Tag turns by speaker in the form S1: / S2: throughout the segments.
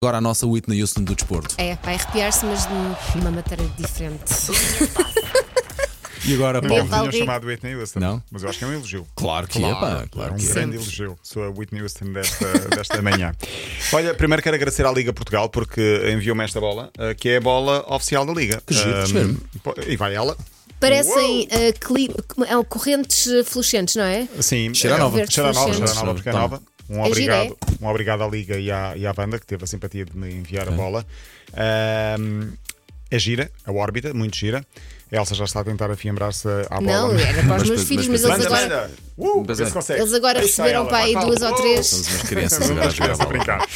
S1: Agora a nossa Whitney Houston do desporto.
S2: É, para arrepiar-se, mas de uma maneira diferente.
S1: E agora,
S2: Paulo?
S1: Paulo?
S2: Paulo.
S3: tinham é chamado Whitney Houston.
S1: Não?
S3: Mas eu acho que é um elogio.
S1: Claro que é, pá, claro
S3: um
S1: que é.
S3: grande elogio. Sou a Whitney Houston desta, desta manhã. Olha, primeiro quero agradecer à Liga Portugal porque enviou-me esta bola, eh, que é a bola oficial da Liga.
S1: Que giro,
S3: Ah,
S1: giro.
S3: pô, e vai ela.
S2: Parecem ah, cli- ah, correntes ah, fluorescentes, não é?
S3: Sim,
S1: Cheira
S3: é-
S1: nova. Tá.
S2: Verde
S3: Cheira nova,
S2: fluorescente.
S3: cheira nova, porque é
S1: Toma.
S3: nova. Um
S2: É giro,
S3: obrigado, um obrigado à Liga e à, e à banda que teve a simpatia de me enviar
S1: É.
S3: a bola. Ahm, é gira, a órbita, muito gira. A Elsa já está a tentar afiembrar-se à Ah, bola.
S2: Não, era para os
S1: Mas-
S2: meus
S1: mas-
S2: filhos,
S1: mas-
S2: mas,
S1: mas-
S2: eles
S3: Manda,
S2: agora,
S3: manda! Uh,
S1: Pois
S3: vê
S1: é.
S3: se consegue.
S2: eles agora
S3: Aí está
S2: receberam
S3: ela,
S2: para aí
S3: vai,
S2: duas
S3: vai.
S2: ou três.
S1: Somos umas crianças agora a
S3: Umas
S1: jogar a
S3: crianças a
S1: bola.
S3: brincar.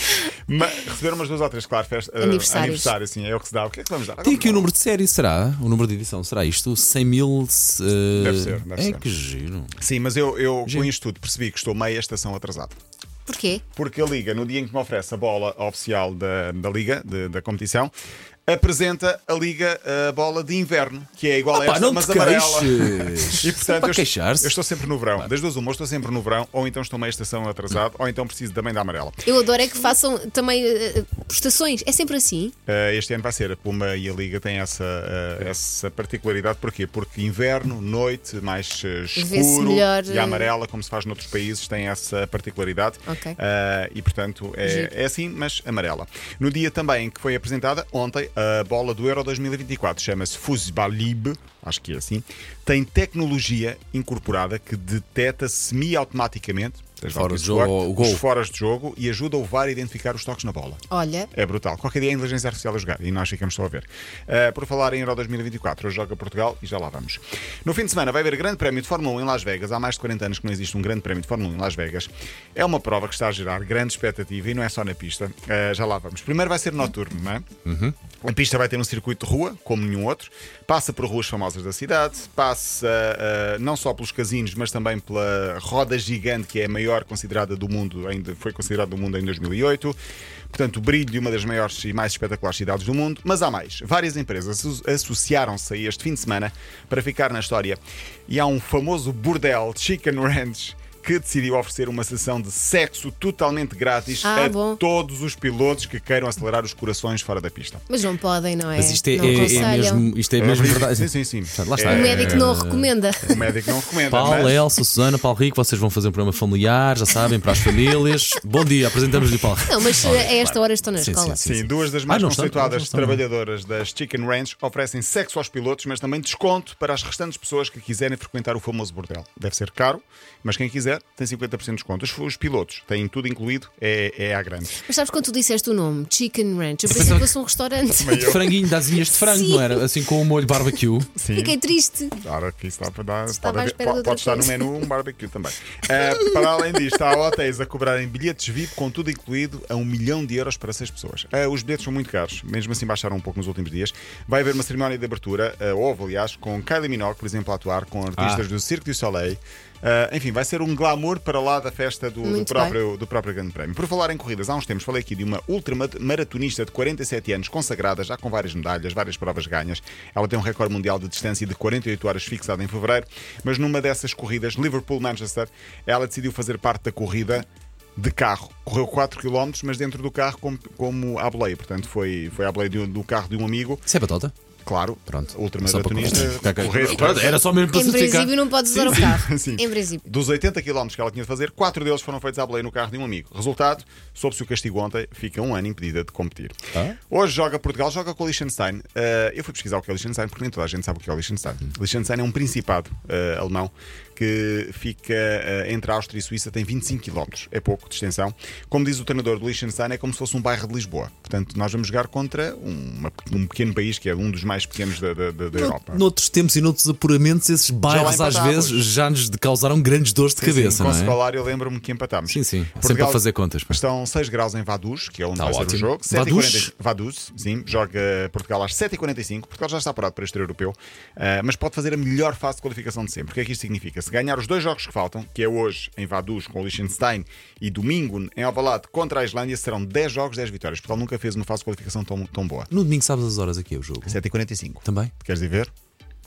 S3: Mas receberam umas duas ou três, claro, festa, eh,
S2: Aniversários.
S3: aniversário, sim, é o que se dá. O que é que vamos dar?
S1: Tem aqui o número de série, será? O número de edição, será isto? 100 mil. eh,
S3: Deve ser, deve
S1: é
S3: ser.
S1: que giro.
S3: Sim, mas eu, eu com isto tudo percebi que estou meia estação atrasado.
S2: Porquê?
S3: Porque a Liga, no dia em que me oferece a bola oficial da, da Liga, de- da competição, apresenta a Liga eh, a bola de inverno, que é igual a
S1: Ah, Pá,
S3: esta,
S1: não
S3: mas
S1: te
S3: amarela.
S1: queixes.
S3: E portanto,
S1: para
S3: eu,
S1: queixar-se.
S3: eu estou sempre no verão. Das duas, uma, eu estou sempre no verão, ou então estou meia estação atrasado, ou então preciso também da amarela.
S2: Eu adoro é que façam também ah, ah, prestações. É sempre assim.
S3: Uh, este ano vai ser. A Puma e a Liga têm essa, uh, essa particularidade. Porquê? Porque inverno, noite, mais uh, escuro
S2: melhor,
S3: e
S2: uh,
S3: amarela, como se faz noutros países, tem essa particularidade.
S2: Ok.
S3: Uh, e, portanto, é,
S2: Giro.
S3: é assim, mas amarela. No dia também em que foi apresentada, ontem, a bola do Euro 2024, chama-se Fusibalib, acho que é assim, tem tecnologia incorporada que detecta semi-automaticamente seja lá
S1: Fora
S3: o que
S1: de
S3: isso for,
S1: jogo ou gol.
S3: os foras de jogo e ajuda o VAR a identificar os toques na bola.
S2: Olha,
S3: É brutal. Qualquer dia a inteligência artificial a jogar e nós ficamos só a ver. Uh, por falar em Euro 2024, hoje joga Portugal e já lá vamos. No fim de semana vai haver Grande Prémio de Fórmula 1 em Las Vegas. Há mais de 40 anos que não existe um Grande Prémio de Fórmula 1 em Las Vegas. É uma prova que está a gerar grande expectativa e não é só na pista. Uh, já lá vamos. Primeiro vai ser noturno, não é? A pista vai ter um circuito de rua, como nenhum outro. Passa por ruas famosas da cidade, passa uh, não só pelos casinos, mas também pela roda gigante, que é a maior considerada do mundo, ainda foi considerada do mundo em 2008. Portanto, o brilho de uma das maiores e mais espetaculares cidades do mundo. Mas há mais. Várias empresas asso- associaram-se a este fim de semana para ficar na história. E há um famoso bordel, Chicken Ranch, que decidiu oferecer uma sessão de sexo totalmente grátis
S2: Ah,
S3: a
S2: bom.
S3: todos os pilotos que queiram acelerar os corações fora da pista.
S2: mas não podem, não é?
S1: Mas isto é,
S2: não
S1: é- é
S2: aconselham.
S1: mesmo, isto é mesmo verdade.
S3: Sim, sim, sim.
S1: Lá está.
S2: O médico não o recomenda.
S3: O médico não recomenda.
S1: Paulo,
S3: mas...
S1: Elsa, Susana, Paulo Rico, vocês vão fazer um programa familiar, já sabem, para as famílias. Bom dia, apresentamos-lhe Paulo Rico.
S2: Não, mas ah, a esta hora estão na
S1: Sim,
S2: escola.
S1: sim,
S3: Sim, duas das
S1: Ah,
S3: mais
S1: não estão,
S3: conceituadas
S1: não estão, não.
S3: trabalhadoras das Chicken Ranch oferecem sexo aos pilotos, mas também desconto para as restantes pessoas que quiserem frequentar o famoso bordel. Deve ser caro, mas quem quiser tem 50% de desconto. Os, os pilotos têm tudo incluído, é, é à grande.
S2: Mas sabes quando tu disseste o nome? Chicken Ranch. Eu pensei que fosse um restaurante.
S1: De franguinho, das asinhas de frango,
S2: Sim.
S1: não era? Assim com o molho barbecue.
S3: Sim.
S2: Fiquei triste.
S3: Claro que isso dá para dar.
S2: Estava
S3: pode
S2: à
S3: haver-
S2: espera de
S3: pode,
S2: outra
S3: pode estar no
S2: coisa.
S3: menu um barbecue também. Eh, para além disto, há hotéis a cobrarem bilhetes VIP, com tudo incluído, a um milhão de euros para seis pessoas. Eh, os bilhetes são muito caros, mesmo assim baixaram um pouco nos últimos dias. Vai haver uma cerimónia de abertura, eh, houve, aliás, com Kylie Minogue, por exemplo, a atuar, com artistas
S1: Ah.
S3: do Cirque du Soleil. Eh, enfim, vai ser um glamour para lá da festa do, do,
S2: Muito
S3: próprio, do próprio Grande Prémio. Por falar em corridas, há uns tempos falei aqui de uma ultramaratonista de 47 anos, consagrada, já com várias medalhas, várias provas ganhas. Ela tem um recorde mundial de distância de 48 horas fixado em fevereiro, mas numa dessas corridas, Liverpool-Manchester, ela decidiu fazer parte da corrida. De carro, correu 4 km, mas dentro do carro, como, como à boleia. Portanto, foi, foi à boleia de um- do carro de um amigo,
S1: Isso é batota?
S3: claro,
S1: Pronto.
S3: ultramaratonista.
S1: Só para-
S3: correr-
S1: Pronto, Era só mesmo para
S2: Em
S1: certificar.
S2: princípio não podes usar o carro.
S3: Sim.
S2: Em princípio.
S3: Dos 80 km que ela tinha de fazer, 4 deles foram feitos à boleia no carro de um amigo. Resultado, soube-se o castigo ontem, fica um ano impedida de competir.
S1: Ah.
S3: Hoje joga Portugal, joga com o Liechtenstein. Uh, eu fui pesquisar o que é Liechtenstein, porque nem toda a gente sabe o que é o Liechtenstein. Liechtenstein é um principado uh, alemão que fica uh, entre a Áustria e a Suíça, tem 25 km, é pouco de extensão. Como diz o treinador do Liechtenstein, é como se fosse um bairro de Lisboa. Portanto, nós vamos jogar contra uma- um pequeno país que é um dos mais pequenos da, da- da- da Europa.
S1: Noutros tempos e noutros apuramentos, esses bairros às
S3: empatávamos.
S1: vezes já nos causaram grandes dores de cabeça,
S3: sim, com
S1: não é?
S3: Scolari, eu lembro-me que empatámos.
S1: Sim, sim. Sempre
S3: Portugal-
S1: a fazer contas, pá.
S3: Estão 6 graus em Vaduz, que é onde
S1: Está
S3: vai ser o
S1: ótimo.
S3: jogo.
S1: Vaduz?
S3: 7h40 Vaduz, sim. Joga Portugal às 7h45. Portugal já está parado para este europeu, ah, mas pode fazer a melhor fase de qualificação de sempre. O que é que isto significa? Se ganhar os dois jogos que faltam, que é hoje em Vaduz com o Liechtenstein e domingo em Alvalade contra a Islândia, serão 10 jogos, 10 vitórias. Portugal nunca fez uma fase de qualificação tão, tão boa.
S1: No domingo sabes as horas aqui é o jogo.
S3: 7h45.
S1: Também?
S3: Queres ir ver?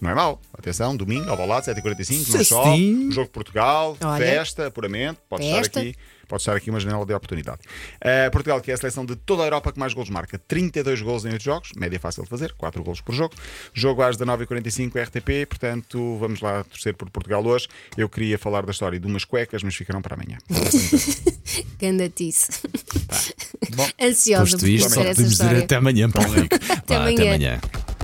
S3: Não é mau. Atenção, domingo, ao balado, 7h45, não só.
S1: Cestinho.
S3: Jogo de Portugal,
S2: Olha.
S3: festa, puramente. Pode estar
S2: Festa.
S3: aqui. Pode estar aqui uma janela de oportunidade. Eh, Portugal, que é a seleção de toda a Europa que mais golos marca. 32 golos em 8 jogos, média fácil de fazer, 4 golos por jogo. Jogo às 19h45 RTP, portanto, vamos lá torcer por Portugal hoje. Eu queria falar da história de umas cuecas, mas ficarão para amanhã.
S2: Gandatice.
S3: Bom,
S2: Ansiosa por
S1: Posto isto,
S2: conhecer
S1: só
S2: essa
S1: podemos dizer
S2: história.
S1: até amanhã, Paulo Rico. Vá,
S2: amanhã.
S1: amanhã.